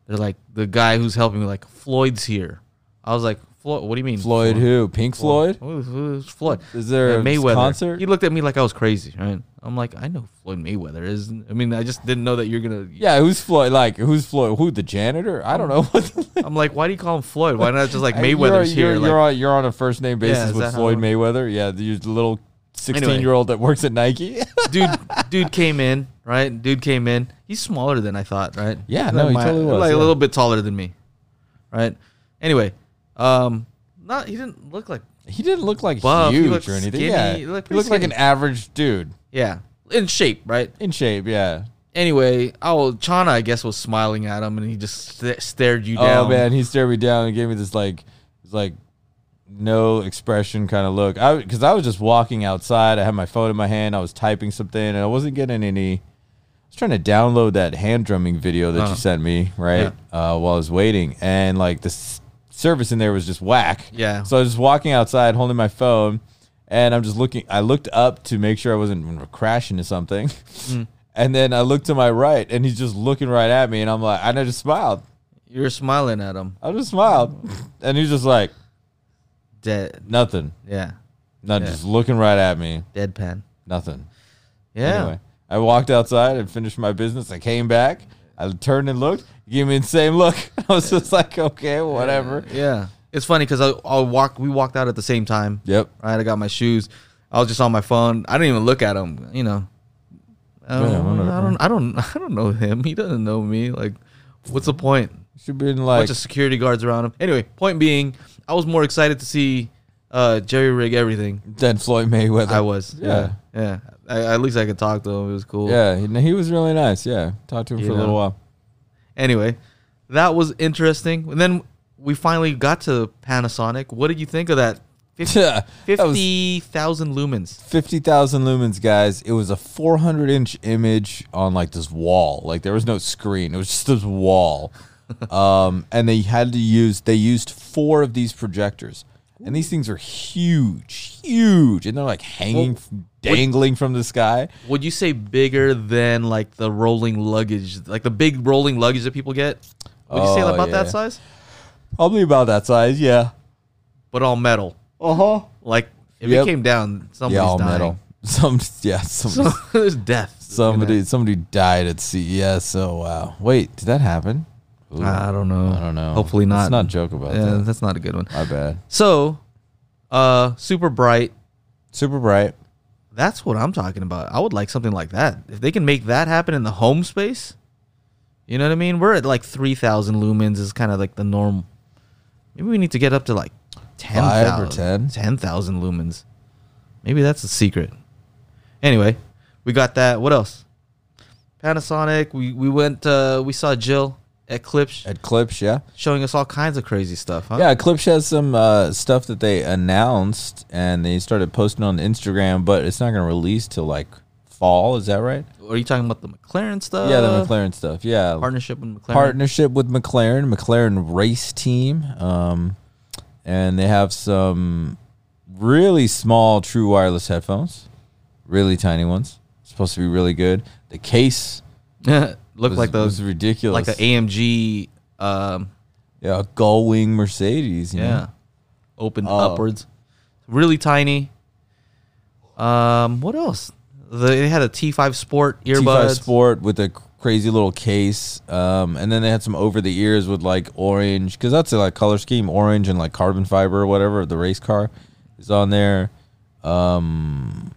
[SPEAKER 1] they're like the guy who's helping me, like Floyd's here. I was like, Floyd, what do you mean,
[SPEAKER 2] Floyd who? Pink Floyd?
[SPEAKER 1] Who- Who's Floyd?
[SPEAKER 2] Is there
[SPEAKER 1] And
[SPEAKER 2] a concert?
[SPEAKER 1] He looked at me like I was crazy, right? I'm like, I know Floyd Mayweather is. I mean, I just didn't know that you're gonna.
[SPEAKER 2] Yeah, who's Floyd? Like, who's Floyd? Who the janitor? I don't know. What the-
[SPEAKER 1] I'm like, why do you call him Floyd? Why not just like
[SPEAKER 2] Hey,
[SPEAKER 1] Mayweather's here?
[SPEAKER 2] you're, You're,
[SPEAKER 1] like,
[SPEAKER 2] you're on, you're on a first name basis
[SPEAKER 1] is
[SPEAKER 2] with
[SPEAKER 1] that how
[SPEAKER 2] Floyd
[SPEAKER 1] it-
[SPEAKER 2] Mayweather. Yeah, the, the little sixteen year old that works at Nike.
[SPEAKER 1] dude dude came in right dude came in he's smaller than i thought right
[SPEAKER 2] Yeah,
[SPEAKER 1] Like
[SPEAKER 2] no, he totally was,
[SPEAKER 1] like a
[SPEAKER 2] yeah.
[SPEAKER 1] little bit taller than me right anyway um not he didn't look like
[SPEAKER 2] he didn't look like
[SPEAKER 1] Buff, he
[SPEAKER 2] huge
[SPEAKER 1] looked
[SPEAKER 2] or anything.
[SPEAKER 1] skinny,
[SPEAKER 2] yeah,
[SPEAKER 1] he
[SPEAKER 2] he
[SPEAKER 1] looked pretty
[SPEAKER 2] looked, like an
[SPEAKER 1] skinny.
[SPEAKER 2] average dude
[SPEAKER 1] yeah in shape right
[SPEAKER 2] in shape. Yeah.
[SPEAKER 1] anyway oh chana i guess was smiling at him and he just st- stared you down
[SPEAKER 2] Oh man, he stared me down and gave me this like, this, like, no expression kind of look. I because I was just walking outside. I had my phone in my hand. I was typing something, and I wasn't getting any. I was trying to download that hand drumming video that
[SPEAKER 1] Uh-huh.
[SPEAKER 2] you sent me right uh, while I was waiting, and like the s- service in there was just whack.
[SPEAKER 1] Yeah.
[SPEAKER 2] So I was just walking outside, holding my phone, and I'm just looking. I looked up to make sure I wasn't crashing into something.
[SPEAKER 1] Mm.
[SPEAKER 2] And then I looked to my right, and he's just looking right at me, and I'm like, and I just smiled.
[SPEAKER 1] you were smiling at him
[SPEAKER 2] I just smiled, and he's just like
[SPEAKER 1] dead
[SPEAKER 2] nothing,
[SPEAKER 1] yeah
[SPEAKER 2] not
[SPEAKER 1] Yeah.
[SPEAKER 2] just looking right at me,
[SPEAKER 1] deadpan
[SPEAKER 2] nothing.
[SPEAKER 1] yeah
[SPEAKER 2] Anyway, I walked outside and finished my business. I came back, I turned and looked. He gave me the same look. I was just like, okay, whatever.
[SPEAKER 1] yeah it's funny because I, I walk we walked out at the same time
[SPEAKER 2] Yep.
[SPEAKER 1] right? I got my shoes. I was just on my phone. I didn't even look at him. You know, I don't,
[SPEAKER 2] Yeah, whatever.
[SPEAKER 1] I don't, I don't, I don't know him. He doesn't know me. Like, what's the point?
[SPEAKER 2] Should be in
[SPEAKER 1] A
[SPEAKER 2] like,
[SPEAKER 1] Bunch of security guards around him. Anyway, point being, I was more excited to see uh, Jerry rig everything.
[SPEAKER 2] dead Floyd Mayweather.
[SPEAKER 1] I was.
[SPEAKER 2] Yeah.
[SPEAKER 1] yeah. yeah. I, at least I could talk to him. It was cool.
[SPEAKER 2] Yeah, he, no, he was really nice. Yeah, talked to him
[SPEAKER 1] You
[SPEAKER 2] for a little
[SPEAKER 1] know.
[SPEAKER 2] while.
[SPEAKER 1] Anyway, that was interesting. And then we finally got to Panasonic. What did you think of that?
[SPEAKER 2] that was
[SPEAKER 1] 50,000 lumens.
[SPEAKER 2] fifty thousand lumens, guys. It was a four hundred inch image on like this wall. Like there was no screen. It was just this wall. um, and they had to use they used four of these projectors. And these things are huge, huge, and they're like hanging, f dangling from the sky.
[SPEAKER 1] Would you say bigger than like the rolling luggage, like the big rolling luggage that people get? Would you say
[SPEAKER 2] Oh,
[SPEAKER 1] about that
[SPEAKER 2] yeah.
[SPEAKER 1] size?
[SPEAKER 2] Probably about that size, yeah.
[SPEAKER 1] But all metal.
[SPEAKER 2] Uh huh.
[SPEAKER 1] Like if
[SPEAKER 2] Yep.
[SPEAKER 1] it came down, somebody's
[SPEAKER 2] Yeah, all
[SPEAKER 1] dying.
[SPEAKER 2] metal. Some, yeah,
[SPEAKER 1] So
[SPEAKER 2] some,
[SPEAKER 1] there's death. that's
[SPEAKER 2] somebody, somebody died at CES. So wow. Wait, did that happen? Ooh,
[SPEAKER 1] gonna- I don't know.
[SPEAKER 2] I don't know.
[SPEAKER 1] Hopefully not.
[SPEAKER 2] Let's not joke about
[SPEAKER 1] yeah,
[SPEAKER 2] that.
[SPEAKER 1] that's not a good one.
[SPEAKER 2] My bad.
[SPEAKER 1] So, uh, super bright.
[SPEAKER 2] Super bright.
[SPEAKER 1] That's what I'm talking about. I would like something like that. If they can make that happen in the home space, you know what I mean? We're at like 3,000 lumens is kind of like the norm. Maybe we need to get up to like
[SPEAKER 2] Five or
[SPEAKER 1] 10,000
[SPEAKER 2] 10?
[SPEAKER 1] 10,000 lumens. Maybe that's the secret. Anyway, we got that. What else? Panasonic. We we went. Uh, we saw Jill Eclipse
[SPEAKER 2] at Clips, yeah.
[SPEAKER 1] showing us all kinds of crazy stuff, huh?
[SPEAKER 2] Yeah, Clips has some uh, stuff that they announced and they started posting on Instagram, but it's not going to release till like fall. Is that right?
[SPEAKER 1] Are you talking about the McLaren stuff?
[SPEAKER 2] yeah, the McLaren stuff. Yeah,
[SPEAKER 1] partnership with Uh, McLaren.
[SPEAKER 2] partnership with McLaren, McLaren race team, um, and they have some really small true wireless headphones, really tiny ones. Supposed to be really good. The case
[SPEAKER 1] Look
[SPEAKER 2] was,
[SPEAKER 1] like
[SPEAKER 2] was
[SPEAKER 1] those,
[SPEAKER 2] ridiculous,
[SPEAKER 1] like an AMG. Um,
[SPEAKER 2] yeah, a gull wing Mercedes. you know?
[SPEAKER 1] yeah, opened
[SPEAKER 2] Oh.
[SPEAKER 1] upwards, really tiny. Um, what else? The, they had a T5 Sport earbuds.
[SPEAKER 2] T5 Sport with a crazy little case, um, and then they had some over the ears with like orange because that's a like color scheme, orange and like carbon fiber or whatever. The race car is on there. Um,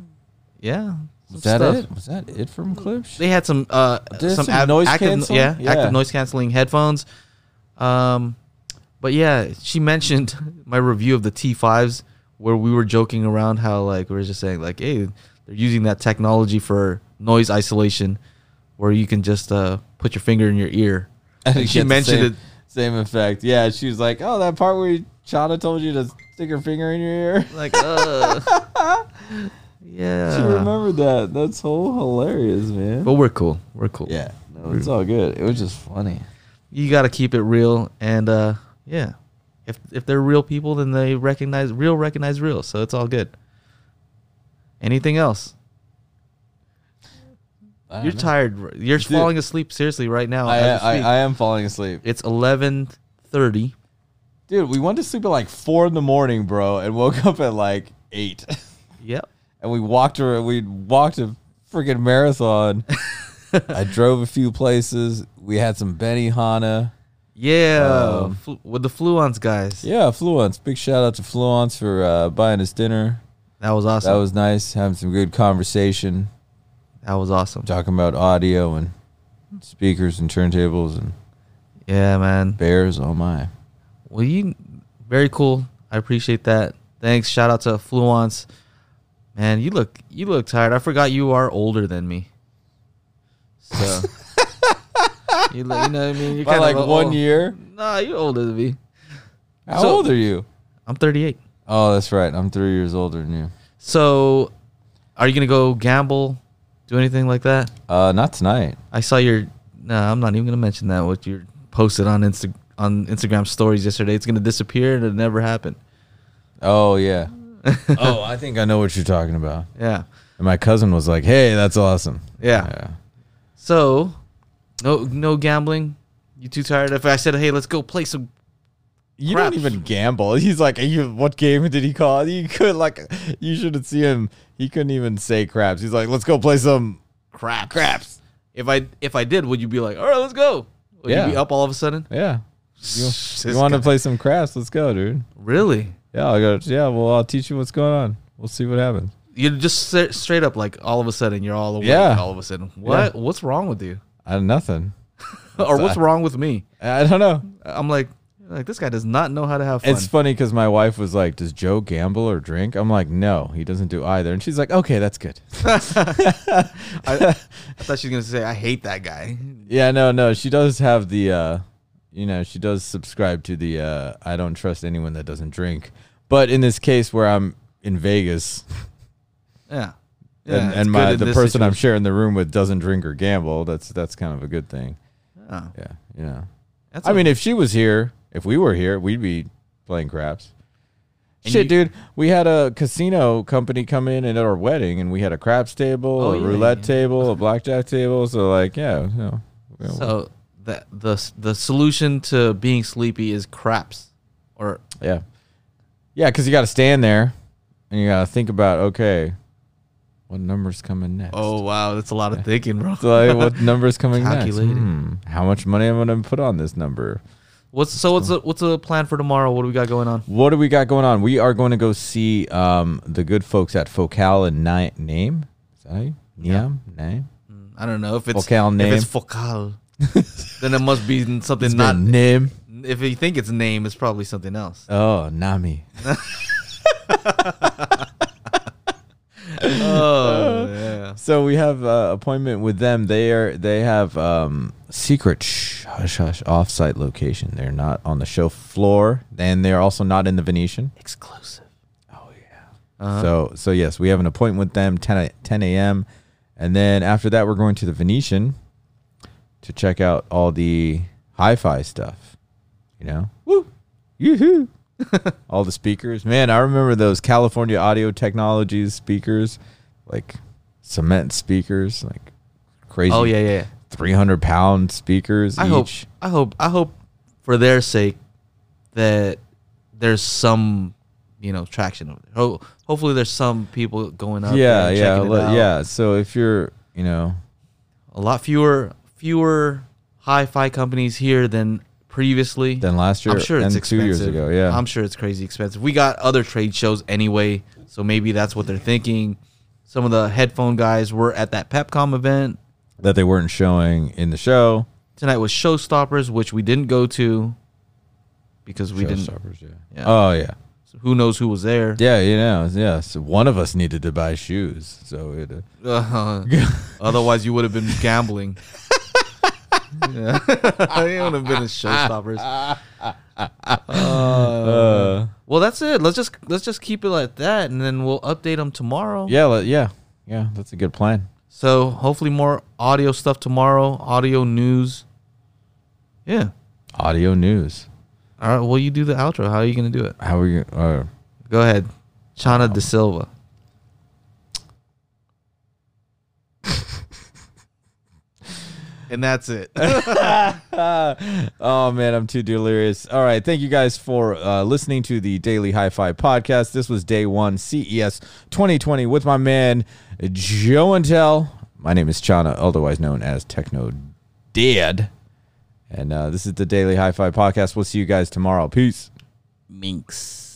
[SPEAKER 1] Yeah,
[SPEAKER 2] Was
[SPEAKER 1] some
[SPEAKER 2] that
[SPEAKER 1] stuff.
[SPEAKER 2] it? Was that it from Clips?
[SPEAKER 1] They had some uh
[SPEAKER 2] Did
[SPEAKER 1] some,
[SPEAKER 2] some
[SPEAKER 1] ab-
[SPEAKER 2] noise
[SPEAKER 1] active
[SPEAKER 2] cancel?
[SPEAKER 1] yeah,
[SPEAKER 2] Yeah.
[SPEAKER 1] active noise canceling headphones. Um, but yeah, she mentioned my review of the T5s where we were joking around how like we were just saying like hey they're using that technology for noise isolation where you can just uh put your finger in your ear.
[SPEAKER 2] I
[SPEAKER 1] And
[SPEAKER 2] think
[SPEAKER 1] she
[SPEAKER 2] had the
[SPEAKER 1] mentioned
[SPEAKER 2] same,
[SPEAKER 1] it.
[SPEAKER 2] Same effect. Yeah, she was like, "Oh, that part where Chana told you to stick her finger in your ear."
[SPEAKER 1] Like uh,
[SPEAKER 2] She
[SPEAKER 1] yeah.
[SPEAKER 2] remembered that. That's so hilarious, man.
[SPEAKER 1] But we're Uh-huh. cool. We're cool.
[SPEAKER 2] Yeah, no, it's all good. It was just funny.
[SPEAKER 1] you got to keep it real and uh yeah if if they're real people then they recognize real recognize real so it's all good anything else
[SPEAKER 2] I don't
[SPEAKER 1] you're
[SPEAKER 2] know.
[SPEAKER 1] tired r- you're
[SPEAKER 2] Dude.
[SPEAKER 1] falling asleep seriously right now
[SPEAKER 2] I,
[SPEAKER 1] as we
[SPEAKER 2] I,
[SPEAKER 1] speak.
[SPEAKER 2] I am falling asleep,
[SPEAKER 1] it's 11:30
[SPEAKER 2] dude. We went to sleep at like four in the morning, bro, and woke up at like eight,
[SPEAKER 1] yep
[SPEAKER 2] and we walked her. We walked a freaking marathon. I drove a few places. We had some Benihana.
[SPEAKER 1] yeah
[SPEAKER 2] Um,
[SPEAKER 1] fl- with the fluons guys
[SPEAKER 2] Yeah, Fluence. Big shout out to Fluence for uh, buying us dinner.
[SPEAKER 1] that was awesome
[SPEAKER 2] That was nice. Having some good conversation,
[SPEAKER 1] awesome
[SPEAKER 2] talking about audio and speakers and turntables and
[SPEAKER 1] yeah man
[SPEAKER 2] bears. Oh my!
[SPEAKER 1] Well, you very cool. I appreciate that. Thanks. Shout out to Fluence. Man, you look you look tired. I forgot you are older than me. So you, look- you know what I mean? You're
[SPEAKER 2] By
[SPEAKER 1] kinda
[SPEAKER 2] like
[SPEAKER 1] old-
[SPEAKER 2] one
[SPEAKER 1] old.
[SPEAKER 2] year.
[SPEAKER 1] Nah, you're older than me.
[SPEAKER 2] How
[SPEAKER 1] So-
[SPEAKER 2] old are you?
[SPEAKER 1] I'm 38.
[SPEAKER 2] Oh, that's right. I'm three years older than you.
[SPEAKER 1] So, are you gonna go gamble, do anything like that?
[SPEAKER 2] Uh, not tonight.
[SPEAKER 1] I saw your. No, I'm not even gonna mention that. What you posted on Insta on Instagram stories yesterday. It's gonna disappear and it never happened.
[SPEAKER 2] Oh yeah. oh, I think I know what you're talking about.
[SPEAKER 1] Yeah.
[SPEAKER 2] And my cousin was like, "Hey, that's awesome."
[SPEAKER 1] Yeah. So, no no gambling. You too tired? If I said, "Hey, let's go play some,"
[SPEAKER 2] You
[SPEAKER 1] Crap.
[SPEAKER 2] don't even gamble. He's like, "Are you, what game did he call? You could like, you should have seen him. He couldn't even say craps. He's like, let's go play some
[SPEAKER 1] crap,
[SPEAKER 2] craps.
[SPEAKER 1] If I if I did, would you be like, "All right, let's go"? Would
[SPEAKER 2] Yeah.
[SPEAKER 1] you be up all of a sudden?
[SPEAKER 2] Yeah, you,
[SPEAKER 1] This
[SPEAKER 2] you want to
[SPEAKER 1] guy-
[SPEAKER 2] play some craps? Let's go, dude.
[SPEAKER 1] Really?
[SPEAKER 2] Yeah, I go. Yeah, well, I'll teach you what's going on. We'll see what happens.
[SPEAKER 1] You're just sa- straight up like all of a sudden you're all awake.
[SPEAKER 2] Yeah.
[SPEAKER 1] All of a sudden, what? What's wrong with you?
[SPEAKER 2] I nothing.
[SPEAKER 1] or what's wrong with me?
[SPEAKER 2] I don't know.
[SPEAKER 1] I'm like, like this guy does not know how to have fun.
[SPEAKER 2] It's funny because my wife was like, "Does Joe gamble or drink?" I'm like, "No, he doesn't do either." And she's like, "Okay, that's good."
[SPEAKER 1] I, I thought she was gonna say, "I hate that guy."
[SPEAKER 2] Yeah, no, no. She does have the, uh, you know, she does subscribe to the uh, I don't trust anyone that doesn't drink. But in this case where I'm in Vegas
[SPEAKER 1] Yeah. Yeah,
[SPEAKER 2] and,
[SPEAKER 1] it's
[SPEAKER 2] and
[SPEAKER 1] good
[SPEAKER 2] my
[SPEAKER 1] in
[SPEAKER 2] the
[SPEAKER 1] this
[SPEAKER 2] person I'm
[SPEAKER 1] situation.
[SPEAKER 2] sharing the room with doesn't drink or gamble, that's that's kind of a good thing.
[SPEAKER 1] Yeah.
[SPEAKER 2] Yeah, you know.
[SPEAKER 1] Oh, That's
[SPEAKER 2] I
[SPEAKER 1] a-
[SPEAKER 2] mean, if she was here, if we were here, we'd be playing craps.
[SPEAKER 1] And
[SPEAKER 2] Shit,
[SPEAKER 1] you-
[SPEAKER 2] dude, we had a casino company come in at our wedding, and we had a craps table,
[SPEAKER 1] Oh,
[SPEAKER 2] a
[SPEAKER 1] yeah,
[SPEAKER 2] roulette
[SPEAKER 1] yeah.
[SPEAKER 2] table, a blackjack table. So, like, yeah, you know, we-
[SPEAKER 1] So the the the solution to being sleepy is craps, or
[SPEAKER 2] Yeah. Yeah, because you got to stand there and you got to think about, okay, what number's coming next?
[SPEAKER 1] oh wow, that's a lot of thinking, bro.
[SPEAKER 2] So, like, what number's coming next?
[SPEAKER 1] Calculating.
[SPEAKER 2] Hmm, how much money am I going to put on this number?
[SPEAKER 1] What's so what's the, what's the plan for tomorrow? What do we got going on?
[SPEAKER 2] What do we got going on? We are going to go see um, the good folks at Focal and Ni- Name. Is that how you? Niam? Name?
[SPEAKER 1] I don't know if it's
[SPEAKER 2] Focal name.
[SPEAKER 1] If it's focal, then it must be something
[SPEAKER 2] It's
[SPEAKER 1] not.
[SPEAKER 2] not Nim.
[SPEAKER 1] If you think it's name, it's probably something else.
[SPEAKER 2] Oh, Nami.
[SPEAKER 1] Oh yeah.
[SPEAKER 2] so we have uh, appointment with them. They are they have um, secret shh, hush hush offsite location. They're not on the show floor, and they're also not in the Venetian.
[SPEAKER 1] Exclusive. Uh-huh.
[SPEAKER 2] So so yes, we have an appointment with them 10 a- 10 a.m. and then after that we're going to the Venetian to check out all the hi-fi stuff. You know, woo, yoo-hoo. all the speakers. Man, I remember those California Audio Technologies speakers, like cement speakers, like crazy.
[SPEAKER 1] Oh yeah, yeah. yeah.
[SPEAKER 2] three hundred pound speakers
[SPEAKER 1] I hope.
[SPEAKER 2] each.
[SPEAKER 1] I hope. I hope for their sake that there's some you know traction over there. Ho- hopefully, there's some people going up.
[SPEAKER 2] yeah,
[SPEAKER 1] there
[SPEAKER 2] yeah,
[SPEAKER 1] checking it
[SPEAKER 2] le-
[SPEAKER 1] out.
[SPEAKER 2] yeah. So if you're, you know,
[SPEAKER 1] A lot fewer, fewer hi-fi companies here than previously.
[SPEAKER 2] than last year
[SPEAKER 1] I'm sure
[SPEAKER 2] and
[SPEAKER 1] it's
[SPEAKER 2] two
[SPEAKER 1] expensive.
[SPEAKER 2] years ago, yeah,
[SPEAKER 1] I'm sure it's crazy expensive. We got other trade shows anyway, so maybe that's what they're thinking. Some of the headphone guys were at that Pepcom event.
[SPEAKER 2] that they weren't showing in the show.
[SPEAKER 1] Tonight was Showstoppers, which we didn't go to because we didn't.
[SPEAKER 2] Showstoppers, yeah.
[SPEAKER 1] Yeah.
[SPEAKER 2] Oh yeah,
[SPEAKER 1] Who knows who was there?
[SPEAKER 2] yeah. You know, yeah. So one of us needed to buy shoes, so it. Uh,
[SPEAKER 1] Uh, otherwise, you would have been gambling. yeah. it would have been a showstoppers.
[SPEAKER 2] uh,
[SPEAKER 1] Well, that's it. Let's just let's just keep it like that, and then we'll update them tomorrow.
[SPEAKER 2] yeah, le- yeah, yeah. That's a good plan.
[SPEAKER 1] So hopefully more audio stuff tomorrow. Audio news. Yeah.
[SPEAKER 2] Audio news.
[SPEAKER 1] All right. Well, you do the outro. How are you gonna do it?
[SPEAKER 2] How are you? Uh,
[SPEAKER 1] Go ahead, Chana De Silva. and that's it.
[SPEAKER 2] oh man, I'm too delirious. All right, thank you guys for uh, listening to the Daily Hi-Fi podcast. This was day one E CES 2020 with my man Joe Intel. My name is Chana, otherwise known as Techno Dead, and uh, this is the Daily Hi-Fi podcast. We'll see you guys tomorrow. Peace.
[SPEAKER 1] Minx.